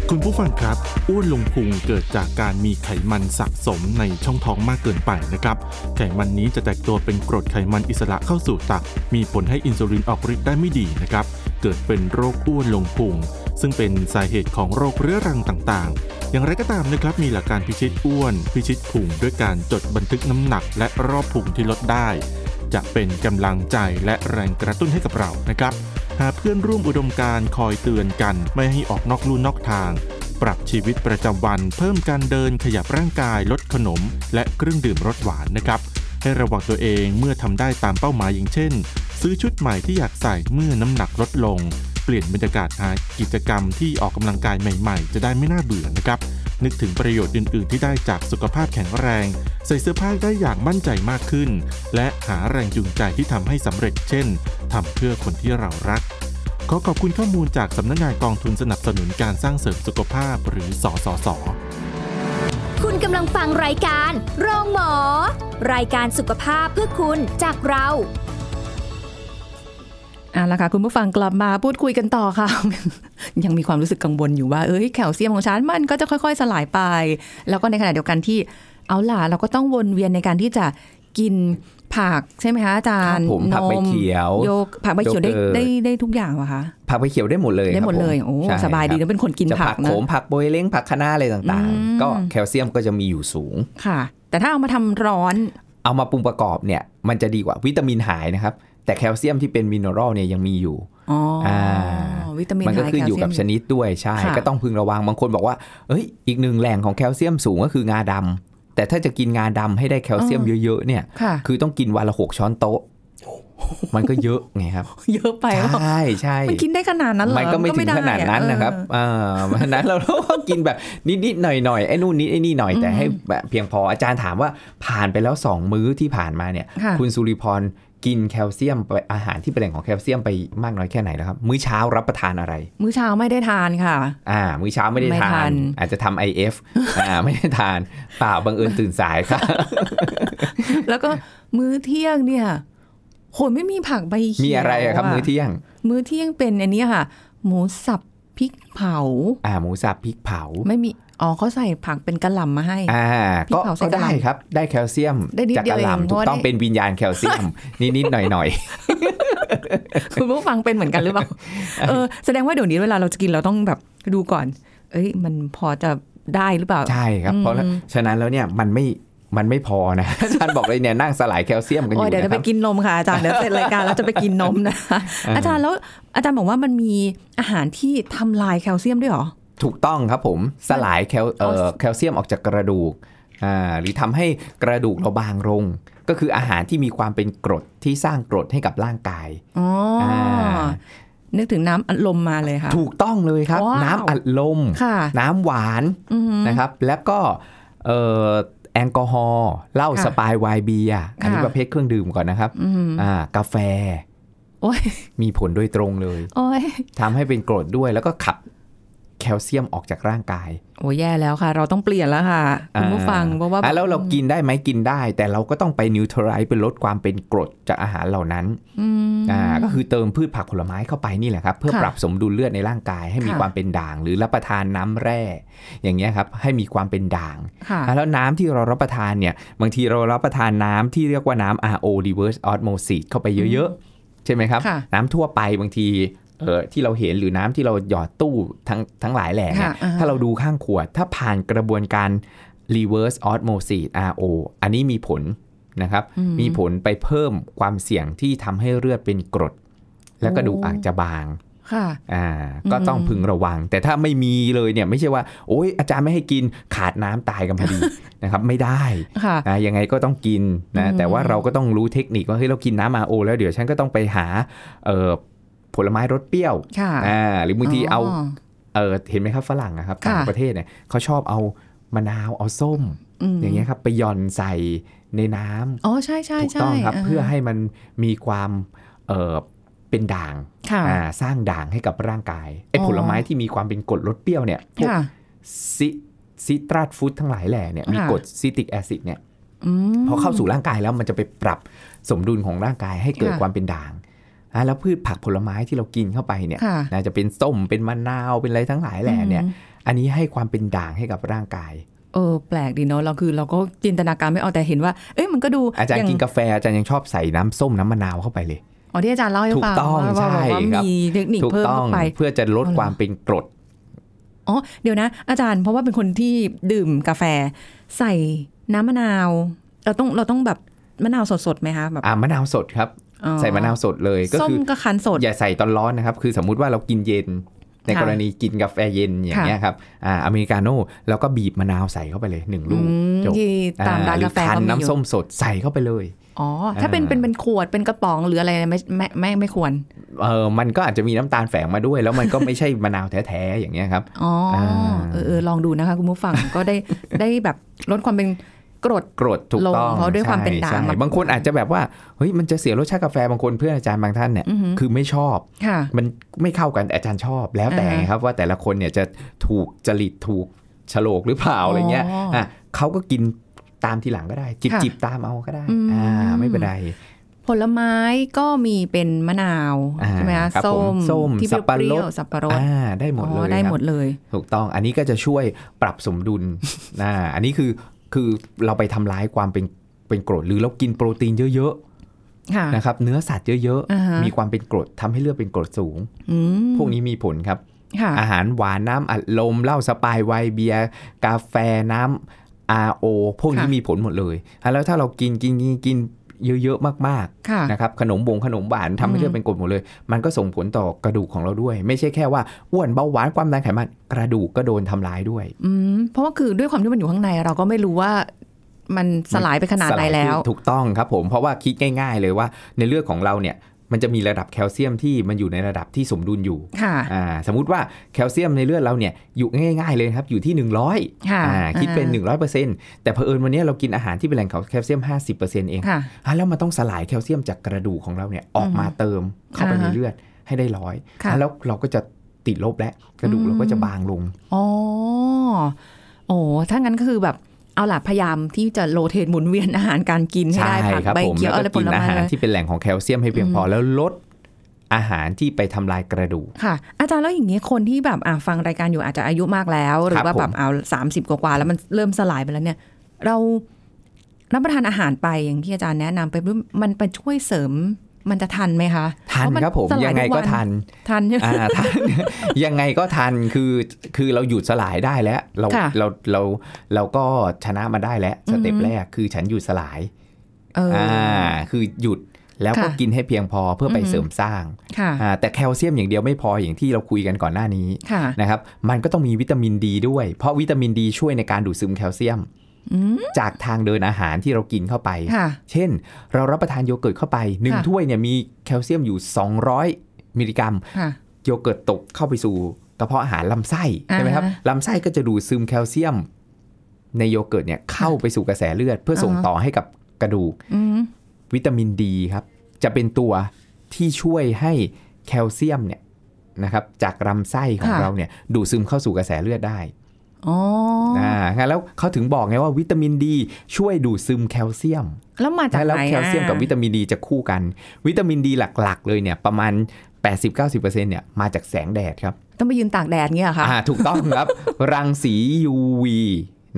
S4: คุณผู้ฟังครับอ้วนลงพุงเกิดจากการมีไขมันสะสมในช่องท้องมากเกินไปนะครับ ไขมันนี้จะแตกตัวเป็นกรดไขมันอิสระเข้าสู่ตับ มีผลให้อินซูลินออกฤทธิ์ได้ไม่ดีนะครับ เกิดเป็นโรคอ้วนลงพุงซึ่งเป็นสาเหตุของโรคเรื้อรังต่างๆ อย่างไรก็ตามนะครับมีหลักการพิชิตอ้วน พิชิตพุงด้วยการจดบันทึกน้ำหนัก และรอบพุงที่ลดได้ จะเป็นกำลังใจและแรงกระตุ้นให้กับเรานะครับ หาเพื่อนร่วมอุดมการณ์คอยเตือนกันไม่ให้ออกนอกลู่นอกทาง ปรับชีวิตประจำวัน เพิ่มการเดินขยับร่างกายลดขนม และเครื่องดื่มรสหวานนะครับ ให้ระวังตัวเองเมื่อทำได้ตามเป้าหมายอย่างเช่น ซื้อชุดใหม่ที่อยากใส่เมื่อน้ำหนักลดลง เปลี่ยนบรรยากาศหากิจกรรมที่ออกกำลังกายใหม่ๆ จะได้ไม่น่าเบื่อนะครับ นึกถึงประโยชน์อื่น ๆ ที่ได้จากสุขภาพแข็งแรง ใส่เสื้อผ้าได้อย่างมั่นใจมากขึ้น และหาแรงจูงใจที่ทำให้สำเร็จ เช่นทำเพื่อคนที่เรารัก ขอขอบคุณข้อมูลจากสำนักงานกองทุนสนับสนุนการสร้างเสริมสุขภาพหรือสสส
S1: คุณกำลังฟังรายการ โรงหมอ รายการสุขภาพเพื่อคุณจากเรา
S2: เอาละค่ะคุณผู้ฟังกลับมาพูดคุยกันต่อค่ะ ยังมีความรู้สึกกังวลอยู่ว่าเอ้ยแคลเซียมของฉันมันก็จะค่อย ๆ สลายไป แล้วก็ในขณะเดียวกันที่เอาล่ะเราก็ต้องวนเวียนในการที่จะกินผักใช่ไหมคะอาจารย์
S3: ครับผมผักใบเขียว
S2: โยกผักใบเขียวได้
S3: โยเกิร์ต
S2: ได้ได้ทุกอย่างเหรอคะ
S3: ผักใบเขียวได้หมดเลย
S2: ได้หมด
S3: ครับผ
S2: เลยโอ้
S3: ใช่
S2: สบายดี
S3: ครั
S2: นะเป็นคนกิน
S3: จะ
S2: ผัก
S3: โข
S2: นะ
S3: มผักโบยเล้งผักคะน้าอะไรต่าง
S2: อืม
S3: ๆ ก็แคลเซียมก็จะมีอยู่สูง
S2: ค่ะ แต่ถ้าเอามาทำร้อน
S3: เอามาปรุงประกอบเนี่ยมันจะดีกว่าวิตามินหายนะครับ แต่แคลเซียมที่เป็นมินเนอรัลเนี่ยยังมีอยู่
S2: อ๋ออา วิตามิน
S3: มันก็
S2: ไฮ
S3: ขึ้นอยู่กับ
S2: แคล
S3: ช
S2: เซียม
S3: นิดด้วยใช่
S2: ค่ะ
S3: ก็ต้องพึงระวังบางคนบอกว่าเอ้ยอีกหนึ่งแหล่งของแคลเซียมสูงก็คืองาดำแต่ถ้าจะกินงาดำให้ได้แคลเซียมเยอะๆเนี่ย
S2: ค่ะ
S3: คือต้องกินวันละหกช้อนโต๊ะ มันก็เยอะไงครับ
S2: เยอะไป
S3: ใช่ใช่
S2: มันกินได้ขนาดนั้นเหรอ
S3: มันก็ไม่ถึงขนาดนั้น
S2: เออ
S3: นะครับเออ เพราะฉะนั้นเราก็กินแบบนิดๆหน่อยๆไอ้นู่นนิดไอ้นี่หน่อยแต่ให้แบบเพียงพออาจารย์ถามว่าผ่านไปแล้ว 2 มื้อที่ผ่านมาเนี่ย
S2: ค่ะ
S3: ณสุริพรกินแคลเซียมไปอาหารที่เป็นแหล่งของแคลเซียมไปมากน้อยแค่ไหนแล้วครับ มื้อเช้ารับประทานอะไร
S2: มื้อเช้าไม่ได้ทานค่ะ
S3: อ่า มื้อเช้าไม่ได้
S2: ไม่
S3: ทา
S2: ทาน น
S3: อาจจะทำ IF อ่า ไม่ได้ทานเปล่าบังเอิญตื่นสายครับ
S2: แล้วก็มื้อเที่ยงเนี่ยโหไม่มีผักใบ เขียว
S3: มีอะไรอะครับมื้อเที่ยง
S2: มื้อเที่ยงเป็นอันเนี้ยค่ะ หมูสับพริกเผา
S3: อ่าหมูสับพริกเผา
S2: ไม่มีอ๋อเขาใส่ผักเป็นกะหล่ำมาให้
S3: อ่า
S2: พริก
S3: ก็
S2: เผาใส่
S3: ก็
S2: กะห
S3: ได้
S2: ล่ำ
S3: ครับได้แคลเซียม
S2: ได้นิด
S3: จาก
S2: เดีย
S3: กะ
S2: วเอง
S3: หล่ำ
S2: เพ
S3: ถู
S2: ราะ
S3: ก
S2: ว่า
S3: ต้อง
S2: ได้
S3: เป็นวิญญาณแคลเซียม นิดๆหน่อยๆ
S2: คุณผู้ฟังเป็นเหมือนกันหรือ เปล่า เออแสดงว่าเดี๋ยวนี้เวลาเราจะกินเราต้องแบบดูก่อน เอ้ย มันพอจะได้หรือเปล่า
S3: ใช่ครับ
S2: อืม
S3: เพราะฉะนั้นแล้วเนี่ยมันไม่มันไม่พอนะ อาจารย์บอกเลยเนี่ยนั่งสลายแคลเซียมกันอ
S2: โอ้ย
S3: ยู่
S2: เดี๋ยว
S3: นะ
S2: จะ
S3: ค
S2: ไป
S3: รับ
S2: กินนมค่ะอาจารย์เดี๋ยวเสร็จรายการแล้วจะไปกินนม นะอาจารย์แล้วอาจารย์บอกว่ามันมีอาหารที่ทำลายแคลเซียมด้วยเหรอ
S3: ถูกต้องครับผมสลายแคลเอ่อแคลเซียมออกจากกระดูกอ่าหรือทำให้กระดูกเราบางลง ก็คืออาหารที่มีความเป็นกรดที่สร้างกรดให้กับร่างกาย
S2: อ๋ออา นึกถึงน้ำอัดลมมาเลยค่ะ
S3: ถูกต้องเลยครับ
S2: ว้าว
S3: น้ำอัดลม
S2: ค่ะ
S3: น้ำหวาน
S2: อือหือ
S3: นะครับ แล้วก็เอ่อแอลกอฮอล์เหล้า
S2: ค่ะ
S3: สปายไวน์เบียร์อันนี้
S2: ค่ะ
S3: ประเภทเครื่องดื่มก่อนนะครับ
S2: อือหือ
S3: อ่ากาแฟ
S2: โอ้ย
S3: มีผลโดยตรงเลย
S2: โอ้ย
S3: ทำให้เป็นกรดด้วยแล้วก็ขับแคลเซียมออกจากร่างกาย
S2: โอ้ยแย่แล้วค่ะ เราต้องเปลี่ยนแล้วค่ะ คุณผู้ฟังเพราะว่า
S3: อ่ะแล้วเรากินได้ไหมกินได้ แต่เราก็ต้องไปนิวทรไลซ์ไปลดความเป็นกรดจากอาหารเหล่านั้น
S2: อืม
S3: อ่าก็คือเติมพืชผักผลไม้เข้าไปนี่แหละครับ เพื่อ
S2: ค่ะ
S3: ปรับสมดุลเลือดในร่างกาย ให้มี
S2: ค่ะ
S3: ความเป็นด่าง หรือรับประทานน้ำแร่ อย่างเงี้ยครับให้มีความเป็นด่าง
S2: ค่ะ
S3: อ่ะแล้วน้ำที่เรารับประทานเนี่ยบางทีเรารับประทานน้ำที่เรียกว่าน้ำ RO reverse osmosis เข้าไปเยอะๆ ใช่ไหมครับ
S2: ค่ะ
S3: น้ำทั่วไปบางทีเออที่เราเห็นหรือน้ำที่เราหยอดตู้ทั้งทั้งหลายแหล่เนี่ย
S2: ค่ะอ่
S3: ถ้าเราดูข้างขวด ถ้าผ่านกระบวนการ reverse osmosis RO อันนี้มีผลนะครับ
S2: อื
S3: มีผลไปเพิ่มความเสี่ยงที่ทำให้เลือดเป็นกรด และกระดูกอาจจะบาง
S2: ค่ะ
S3: อ่าก็ต้อง
S2: อืม
S3: พึงระวัง แต่ถ้าไม่มีเลยเนี่ยไม่ใช่ว่า โอ๊ยอาจารย์ไม่ให้กินขาดน้ำตายกันพอ ดี นะครับไม่ได้
S2: ค่ะ
S3: นะยังไงก็ต้องกิน
S2: อื
S3: นะ
S2: ม
S3: แต่ว่าเราก็ต้องรู้เทคนิคว่าเฮ้ยเรากินน้ำมาโอ แล้วเดี๋ยวฉันก็ต้องไปหาเอ่อผลไม้รสเปรี้ยว
S2: ค่ะ
S3: อ่าหรือบางทีเอา
S2: อ
S3: เออเห็นไหมครับฝรั่งนะครับต่าง
S2: ค่ะ
S3: ประเทศเนี่ยเขาชอบเอามะนาวเอาส้ม
S2: ม
S3: อย่างเงี้ยครับไปหย่อนใส่ในน้ำ
S2: อ๋อใช่ใช่
S3: ถูก
S2: ใช่
S3: ต้องครับ
S2: า
S3: เพื่อให้มันมีความเอ่อเป็นด่าง
S2: ค่ะ
S3: อ่าสร้างด่างให้กับร่างกายไอ้
S2: อ๋อ
S3: ผลไม้ที่มีความเป็นกรดรสเปรี้ยวเนี่ยพวก
S2: ค่ะ
S3: ซิซิตรัสฟูดทั้งหลายแหล่เนี่ยมี
S2: ค่ะ
S3: กรดซิติกแอซิดเนี่ย
S2: อืม
S3: พอเข้าสู่ร่างกายแล้วมันจะไปปรับสมดุลของร่างกายให้เกิด
S2: ค่ะ
S3: ความเป็นด่างอ่ะแล้วพืชผักผลไม้ที่เรากินเข้าไปเนี่ย
S2: ค่ะ
S3: นะจะเป็นส้มเป็นมะนาวเป็นอะไรทั้งหลายแหล่เนี่ย
S2: อืม
S3: อันนี้ให้ความเป็นด่างให้กับร่างกาย
S2: เออแปลกดีเนาะเราคือเราก็จินตนาการไม่ออกแต่เห็นว่า เอ้ยมันก็ดู
S3: อาจารย์
S2: ง
S3: กินกาแฟอาจารย์ยังชอบใส่น้ำส้มน้ำมะนาวเข้าไปเลย
S2: อ๋อที่อาจารย์เล่าให้
S3: ถูก
S2: ฟัง
S3: ต้อง
S2: ว่าว่า
S3: ใช่
S2: ว่า
S3: ครับ
S2: มีเทคนิค
S3: ถูก
S2: เพิ่ม
S3: ต้อ
S2: เข้าง ไป
S3: เพื่อจะลด
S2: อ๋อเหรอ
S3: ความเป็นกรด
S2: อ๋อเดี๋ยวนะ อาจารย์เพราะว่าเป็นคนที่ดื่มกาแฟ ใส่น้ำมะนาว เราต้องเราต้องแบบมะนาวสดๆไหมคะแบบ
S3: อ่ามะนาวสดครับ
S2: อ๋อ
S3: ใส่มะนาวสดเลยก็
S2: ส้ม
S3: คือ
S2: ก็คั้นสด
S3: อย่าใส่ตอนร้อนนะครับ คือสมมุติว่าเรากินเย็น ใน
S2: ค่ะ
S3: กรณีกินกาแฟเย็นอย่างเงี้ยครับอ่าอเมริกาโน่แล้วก็บีบมะนาวใส่เข้าไปเลยหนึ่งลูก
S2: อืม
S3: จบ
S2: ที่ตามร้า
S3: หอก
S2: นาแฟ
S3: คั้น
S2: ก็มีอยู่
S3: น้ำส้มสดใส่เข้าไปเลย
S2: อ๋อถ้าเป็น
S3: อ่า
S2: เป็นเป็นขวดเป็นกระป๋องหรืออะไรไม่ไม่ไม่ไม่ควร
S3: เออมันก็อาจจะมีน้ำตาลแฝงมาด้วย แล้วมันก็ไม่ใช่มะนาวแท้ๆอย่างเงี้ยครับ
S2: อ๋ออา เออเออลองดูนะคะคุณผู้ฟัง ก็ได้ ได้แบบลดความเป็นกรด
S3: กรดถูก
S2: ลง
S3: ต้อง
S2: เพราะด้วยความเป็นด่าง
S3: ใช่
S2: มัน
S3: บางคนอาจจะแบบว่าเฮ้ยมันจะเสียรสชาติกาแฟบางคนเพื่อนอาจารย์บางท่านเนี่ย
S2: อือหือ
S3: คือไม่ชอบ
S2: ค่ะ
S3: มันไม่เข้ากันแต่อาจารย์ชอบแล้วแต่
S2: อ่าฮะ
S3: ครับว่าแต่ละคนเนี่ยจะถูกจริตถูกโฉลกหรือเปล่าอะไรเงี้ย
S2: อ๋ออ่
S3: ะเขาก็กินตามทีหลังก็ได้ จิบ
S2: ค่ะ
S3: จิบตามเอาก็ได้
S2: อืม
S3: อ่าไม่เป็นไร
S2: ผลไม้ก็มีเป็นมะนาว
S3: อ่า
S2: ใช่ไหมคะ
S3: รับ
S2: ส้
S3: ผม ส้ม
S2: ที่เป
S3: สับปะร
S2: รี้
S3: ด
S2: ยวๆสับปะรด
S3: อ่าได้หมด
S2: อ๋
S3: เล
S2: อย ได้
S3: ครับ
S2: หมดเลย
S3: ถูกต้องอันนี้ก็จะช่วยปรับสมดุล อ่าอันนี้คือคือเราไปทำร้ายความเป็นเป็นกรดหรือเรากินโปรตีนเยอะ
S2: ค่ะ
S3: ๆนะครับเนื้อสัตว์เยอะ
S2: อ่าฮะ
S3: มีความเป็นกรดทำให้เลือดเป็นกรดสูง
S2: อืม
S3: พวกนี้มีผลครับ
S2: ค่ะ
S3: อาหารหวานน้ำอัดลมเหล้าสปายไวน์เบียร์กาแฟน้ำ RO พวกนี้
S2: ค่ะ
S3: มีผลหมดเลยอ่ะแล้วถ้าเรากินกินกินกินเยอะๆมาก
S2: ค่ะ
S3: ๆนะครับขนมบงขนมหวานทำให้เลือดเป็นกรดหมดเลย มันก็ส่งผลต่อกระดูกของเราด้วย ไม่ใช่แค่ว่าอ้วนเบาหวานความดันไขมันกระดูกก็โดนทำร้ายด้วย
S2: อืมเพราะว่าคือด้วยความที่มันอยู่ข้างในเราก็ไม่รู้ว่ามันสลายไปขนาดไหน
S3: สย
S2: แล้ว
S3: ถูกต้องครับผมเพราะว่าคิดง่าย ๆ เลยว่าในเลือดของเราเนี่ยมันจะมีระดับแคลเซียมที่มันอยู่ในระดับที่สมดุลอยู่
S2: ค่ะ
S3: อ่าสมมุติว่าแคลเซียมในเลือดเราเนี่ยอยู่ง่าย ๆเลยนะครับอยู่ที่ 100
S2: ค่ะ
S3: อ่าคิดเป็น
S2: อ่า
S3: 100%แต่เผอิญวันนี้เรากินอาหารที่เป็นแหล่งแคลเซียม 50%เอง
S2: ค่ะ
S3: อ่ะแล้วมันต้องสลายแคลเซียมจากกระดูกของเราเนี่ยออกมาเติมเข้าไป
S2: อ่า
S3: ใน
S2: ฮะ
S3: เลือดให้ได้ร้อย
S2: ค่ะ
S3: อ่ะแล้วเราก็จะติดลบและกระดูก
S2: อืม
S3: เราก็จะบางลง
S2: อ๋อโอ้ถ้างั้นก็คือแบบเอาล่ะพยายามที่จะโรเทตหมุนเวียนอาหารการกินให้
S3: ใช่
S2: ได้ผัก
S3: ครับ
S2: ใบ
S3: ผม
S2: เขียว
S3: แล้ว
S2: อะไร
S3: ก็
S2: ผ
S3: กิน
S2: ล
S3: อา
S2: ไม้
S3: หารที่เป็นแหล่งของแคลเซียมให้เพียงพอแล้วลดอาหารที่ไปทำลายกระดูก
S2: ค่ะ อาจารย์แล้วอย่างนี้คนที่แบบอ่ะฟังรายการอยู่อาจจะอายุมากแล้ว หรื
S3: ค
S2: อ
S3: รั
S2: บ ว่าแบบ
S3: ผม
S2: เอาสามสิบกว่าๆแล้วมันเริ่มสลายไปแล้วเนี่ย เรารับประทานอาหารไปอย่างที่อาจารย์แนะนำไปปุ๊บมันไปช่วยเสริมมันจะทันไหมคะ
S3: ทัน
S2: เพาะ
S3: ครับผม
S2: สลา
S3: ยังไง
S2: ทุ
S3: ก็
S2: วั
S3: ทั น
S2: ทันใช่ไหม
S3: อ่าทัน ยังไงก็ทันคือคือเราหยุดสลายได้แล้ว เรา
S2: ค่ะ
S3: เราเราเราก็ชนะมาได้แล้วสเต็ป
S2: อือฮึ
S3: แรกคือฉันหยุดสลาย
S2: เอออ
S3: อ่าคือหยุดแล้วก็
S2: ค่ะ
S3: กินให้เพียงพอเพื่อไป
S2: อือหือ
S3: เสริมสร้าง
S2: ค่ะ
S3: อ่าแต่แคลเซียมอย่างเดียวไม่พออย่างที่เราคุยกันก่อนหน้านี้
S2: ค่ะ
S3: นะครับมันก็ต้องมีวิตามินดีด้วย เพราะวิตามินดีช่วยในการดูดซึมแคลเซียม
S2: อืม
S3: จากทางเดินอาหารที่เรากินเข้าไป
S2: ค่ะ
S3: เช่น เรารับประทานโยเกิร์ตเข้าไปหนึ่ง
S2: ค่ะ
S3: ถ้วยเนี่ยมีแคลเซียมอยู่ 200 มิลลิกรัม
S2: ค่ะ
S3: โยเกิร์ตตกเข้าไปสู่กระเพาะอาหารลำไส้
S2: อ่าฮะ
S3: ใช่ไหมครับลำไส้ก็จะดูดซึมแคลเซียม ในโยเกิร์ตเนี่ยเข้าไปสู่กระแสเลือด เพื่อส่ง
S2: อ่าฮะ
S3: ต่อให้กับกระดูก
S2: อืม
S3: วิตามินดีครับ จะเป็นตัวที่ช่วยให้แคลเซียมเนี่ยนะครับจากลำไส้ของ
S2: ค่ะ
S3: เราเนี่ยดูดซึมเข้าสู่กระแสเลือดได้
S2: อ๋ออ
S3: อ่างั้นแล้วเขาถึงบอกไงว่าวิตามินดี ช่วยดูดซึมแคลเซียม
S2: แล้วมาจากไหน
S3: แล้ว
S2: อะ
S3: แคลเซียมกับวิตามินดีจะคู่กัน วิตามินดีหลักๆ เลยเนี่ยประมาณ 80-90%เนี่ยมาจากแสงแดดครับ
S2: ต้องไปยืนตากแดดเงี้ยเหรอค่ะ
S3: อ่าถูกต้อง ครับ รังสี UV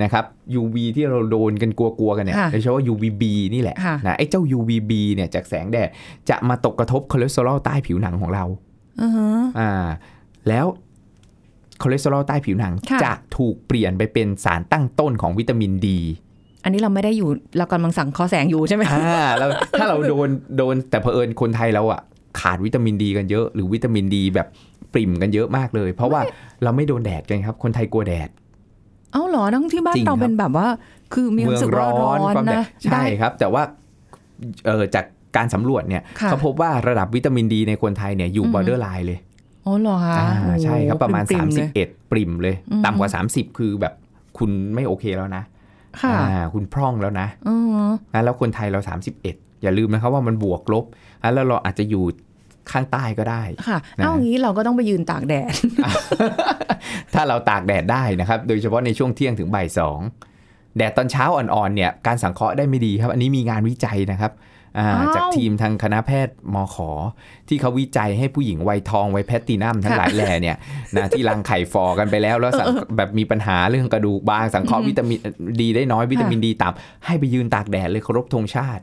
S3: นะครับ UV ที่เราโดนกันกลัวๆกันเนี่ย
S2: ค่ะ
S3: โดยเฉพาะ UVB นี่แหละ
S2: ค่ะ
S3: นะไอ้เจ้า UVB เนี่ยจากแสงแดดจะมาตกกระทบคอเลสเตอรอลใต้ผิวหนังของเรา
S2: อือฮะ
S3: อ่าแล้วคอเลสเตอรอลใต้ผิวหนัง
S2: ค่ะ
S3: จะถูกเปลี่ยนไปเป็นสารตั้งต้นของวิตามินดี
S2: อันนี้เราไม่ได้อยู่เรากำลังสั่งคอแสงอยู่ใช่ไหม
S3: อ่าเราถ้าเราโดนโดนแต่เผอิญคนไทยเราอะ ขาดวิตามินดีกันเยอะ หรือวิตามินดีแบบปริ่มกันเยอะมากเลย เพราะว่าเราไม่โดนแดดกันครับ คนไทยกลัวแดด
S2: เอ้าเหรอทั้งที่บ้าน
S3: จริง
S2: เรา
S3: ครับ
S2: เป็นแบบว่า คือมีความรู้สึกว่าร้อน
S3: ความแด
S2: นะ
S3: ดใช่
S2: ได้
S3: ครับ แต่ว่าเอ่อจากการสำรวจเนี่ย
S2: ค่ะ
S3: เขาพบว่าระดับวิตามินดีในคนไทยเนี่ยอยู่บอร์เดอร์ไลน์เลย
S2: อ๋อเหรอคะ
S3: อ่า
S2: โอ้โห
S3: ใช่ครับประมาณ
S2: ปริ่ๆเลย
S3: 31 ปริมเลย
S2: อืม
S3: ต่ำกว่า 30 คือแบบคุณไม่โอเคแล้วนะ
S2: ค่ะ
S3: อ่าคุณพร่องแล้วนะ
S2: อืม
S3: นะแล้วคนไทยเรา 31 อย่าลืมนะครับว่ามันบวกลบอ่ะแล้วเราอาจจะอยู่ข้างใต้ก็ได้
S2: ค่ะ
S3: นะ
S2: เอางี้เราก็ต้องไปยืนตากแด ด
S3: ถ้าเราตากแดดได้นะครับ โดยเฉพาะในช่วงเที่ยงถึงบ่ายสองแดดตอนเช้าอ่อนๆเนี่ยการสังเคราะห์ได้ไม่ดีครับ อันนี้มีงานวิจัยนะครับอ่า
S2: อ้าว
S3: จากทีมทางคณะแพทย์มขอ ที่เขาวิจัยให้ผู้หญิงวัยทองวัยแพลตตินัมทั้ง
S2: ค่ะ
S3: หลายแหล่ เนี่ยนะที่รังไข่ฟอกันไปแล้ว แล้วสังแบบมีปัญหาเรื่องกระดูกบางสังเคราะห์วิตามินดีได้ น้อยวิตามินดีต่ำให้ไปยืนตากแดดเลยเคารพธงชาติ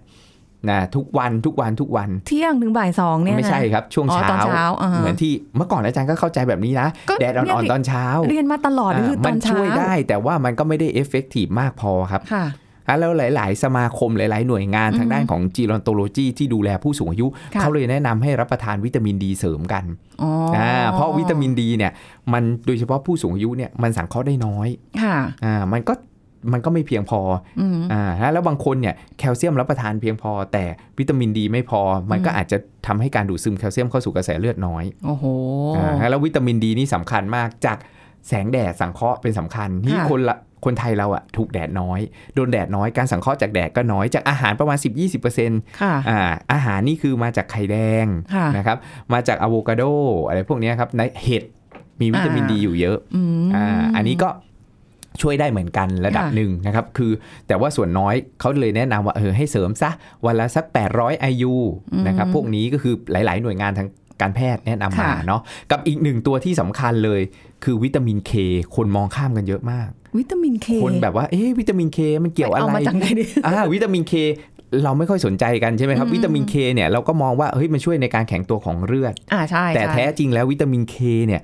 S3: นะทุกวันทุกวันทุกวัน
S2: เที่ยงถึงบ่ายสองเนี่ยนะ
S3: ไม่ใช่ครับช่วง
S2: อ๋อต
S3: เช้า
S2: อนเช้าอ่าฮะ
S3: เหมือนที่เมื่อก่อนอาจารย์ก็เข้าใจแบบนี้นะ
S2: ก็
S3: แดดอ่อน
S2: เนี่ย
S3: ๆตอนเช้า
S2: เรียนมาตลอดคือต
S3: มั
S2: อนเช้า
S3: ช่วยได้แต่ว่ามันก็ไม่ได้เอฟเฟกตีฟมากพอครับ
S2: ค่ะ
S3: อ่ะแล้วหลาย ๆ สมาคมหลาย ๆ หน่วยงานทางด้านของจีรอนโตโลจีที่ดูแลผู้สูงอายุ
S2: ค่ะ
S3: เขาเลยแนะนำให้รับประทานวิตามินดีเสริมกัน
S2: อ๋ออา
S3: เพราะวิตามินดีเนี่ยมันโดยเฉพาะผู้สูงอายุเนี่ยมันสังเคราะห์ได้น้อย
S2: ค่ะ
S3: อ่ามันก็มันก็ไม่เพียงพอ
S2: อืม
S3: อ่าแล้วแล้วบางคนเนี่ยแคลเซียมรับประทานเพียงพอ แต่วิตามินดีไม่พอ มันก็อาจจะทำให้การดูดซึมแคลเซียมเข้าสู่กระแสเลือดน้อย
S2: โอ้โห
S3: อ่าแล้ววิตามินดีนี่สำคัญมากจากแสงแดดสังเคราะห์เป็นสำคัญนี่
S2: ค่ะ
S3: คนละคนไทยเราอะถูกแดดน้อย โดนแดดน้อยการสังเคราะห์จากแดดก็น้อยจากอาหารประมาณ 10-20%
S2: ค่ะ
S3: อ่าอาหารนี่คือมาจากไข่แดง
S2: ค่ะ
S3: นะครับมาจากอะโวคาโดอะไรพวกเนี้ยครับในเห็ดมีวิตามิน
S2: อ่า
S3: ดีอยู่เยอะ
S2: อืม
S3: อ่าอันนี้ก็ช่วยได้เหมือนกันระดับ
S2: ค่ะ
S3: หนึ่งนะครับคือแต่ว่าส่วนน้อยเขาเลยแนะนำว่าเออให้เสริมซะวันละสัก 800 IU นะครับพวกนี้ก็คือหลาย ๆ หน่วยงานทางการแพทย์แนะนำมา
S2: ค่ะ
S3: เนาะกับอีกหนึ่งตัวที่สำคัญเลย คือวิตามินเคคนมองข้ามกันเยอะมาก
S2: วิตามินเค
S3: คนแบบว่าเอ๊ะวิตามินเคมันเกี่ยวอะไร
S2: เอามาจากไหนดิ
S3: อ่าวิตามินเคเราไม่ค่อยสนใจกันใช่ไหมครับ วิตามินเคเนี่ยเราก็มองว่าเฮ้ยมันช่วยในการแข็งตัวของเลือด
S2: อ่าใช่
S3: แต่
S2: ใช่
S3: แท้จริงแล้ววิตามินเคเนี่ย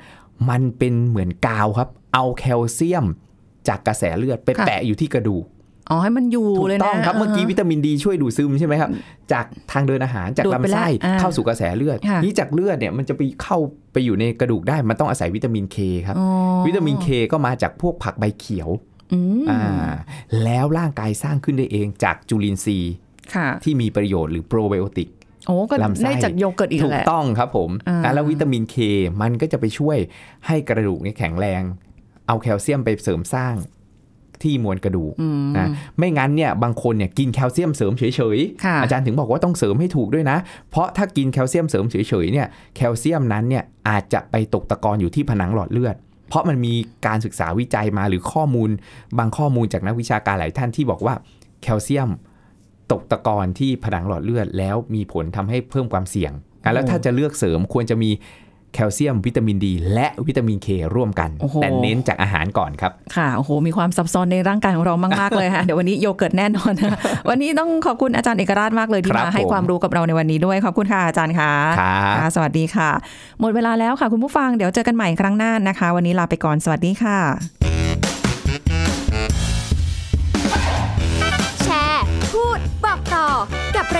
S3: มันเป็นเหมือนกาวครับ เอาแคลเซียมจากกระแสเลือดไปแปะอยู่ที่กระดูก
S2: อ๋อให้มันอยู่
S3: ถูก
S2: เลยนะ
S3: ต้องครับเมื่อกี้
S2: าฮะ
S3: วิตามินดีช่วยดูดซึมใช่ไหมครับ จากทางเดินอาหารจาก
S2: ดูดไป
S3: ลำไส้
S2: แล้วอ่า
S3: เข้าสู่กระแสเลือด
S2: ค่ะ
S3: นี่จากเลือดเนี่ยมันจะไปเข้าไปอยู่ในกระดูกได้มันต้องอาศัยวิตามินเคครับ
S2: อ๋อ
S3: วิตามินเคก็มาจากพวกผักใบเขียว
S2: อืม
S3: อ่าแล้วร่างกายสร้างขึ้นได้เองจากจุลินทรีย์
S2: ค่ะ
S3: ที่มีประโยชน์หรือโปรไบโอติก
S2: โอ้ก็
S3: ลำไส้
S2: ได้จากโยเกิร์ตอีก
S3: ถูก
S2: แหละ
S3: ต้องครับผม
S2: อ่า
S3: อ่ะแล้ววิตามินเคมันก็จะไปช่วยให้กระดูกเนี่ยแข็งแรง เอาแคลเซียมไปเสริมสร้างที่มวลกระดูก
S2: อืม
S3: นะไม่งั้นเนี่ยบางคนเนี่ยกินแคลเซียมเสริมเฉย
S2: ค่ะ
S3: อาจารย์ถึงบอกว่าต้องเสริมให้ถูกด้วยนะ เพราะถ้ากินแคลเซียมเสริมเฉยๆเนี่ยแคลเซียมนั้นเนี่ยอาจจะไปตกตะกอนอยู่ที่ผนังหลอดเลือด เพราะมันมีการศึกษาวิจัยมาหรือข้อมูล บางข้อมูลจากนักวิชาการหลายท่านที่บอกว่าแคลเซียมตกตะกอนที่ผนังหลอดเลือด แล้วมีผลทำให้เพิ่มความเสี่ยงอ่ะแล้วถ้าจะเลือกเสริมควรจะมีแคลเซียมวิตามินดี และวิตามินเคร่วมกัน
S2: โอ้โห
S3: แต่เน้นจากอาหารก่อนครับ
S2: ค่ะโอ้โหมีความซับซ้อนในร่างกายของเรามากๆเลยค่ะ เดี๋ยววันนี้โยเกิร์ตแน่นอนนะคะ วันนี้ต้องขอบคุณอาจารย์เอกราชมากเลยที่
S3: ครับ
S2: มาให้
S3: ผม
S2: ความรู้กับเราในวันนี้ด้วยขอบคุณค่ะอาจารย์ค่ะ
S3: ครับ
S2: ค่ะสวัสดีค่ะ หมดเวลาแล้วค่ะคุณผู้ฟังเดี๋ยวเจอกันใหม่ครั้งหน้านะคะ วันนี้ลาไปก่อนสวัสดีค่ะ
S1: แชร์ พูด บอกต่อกับร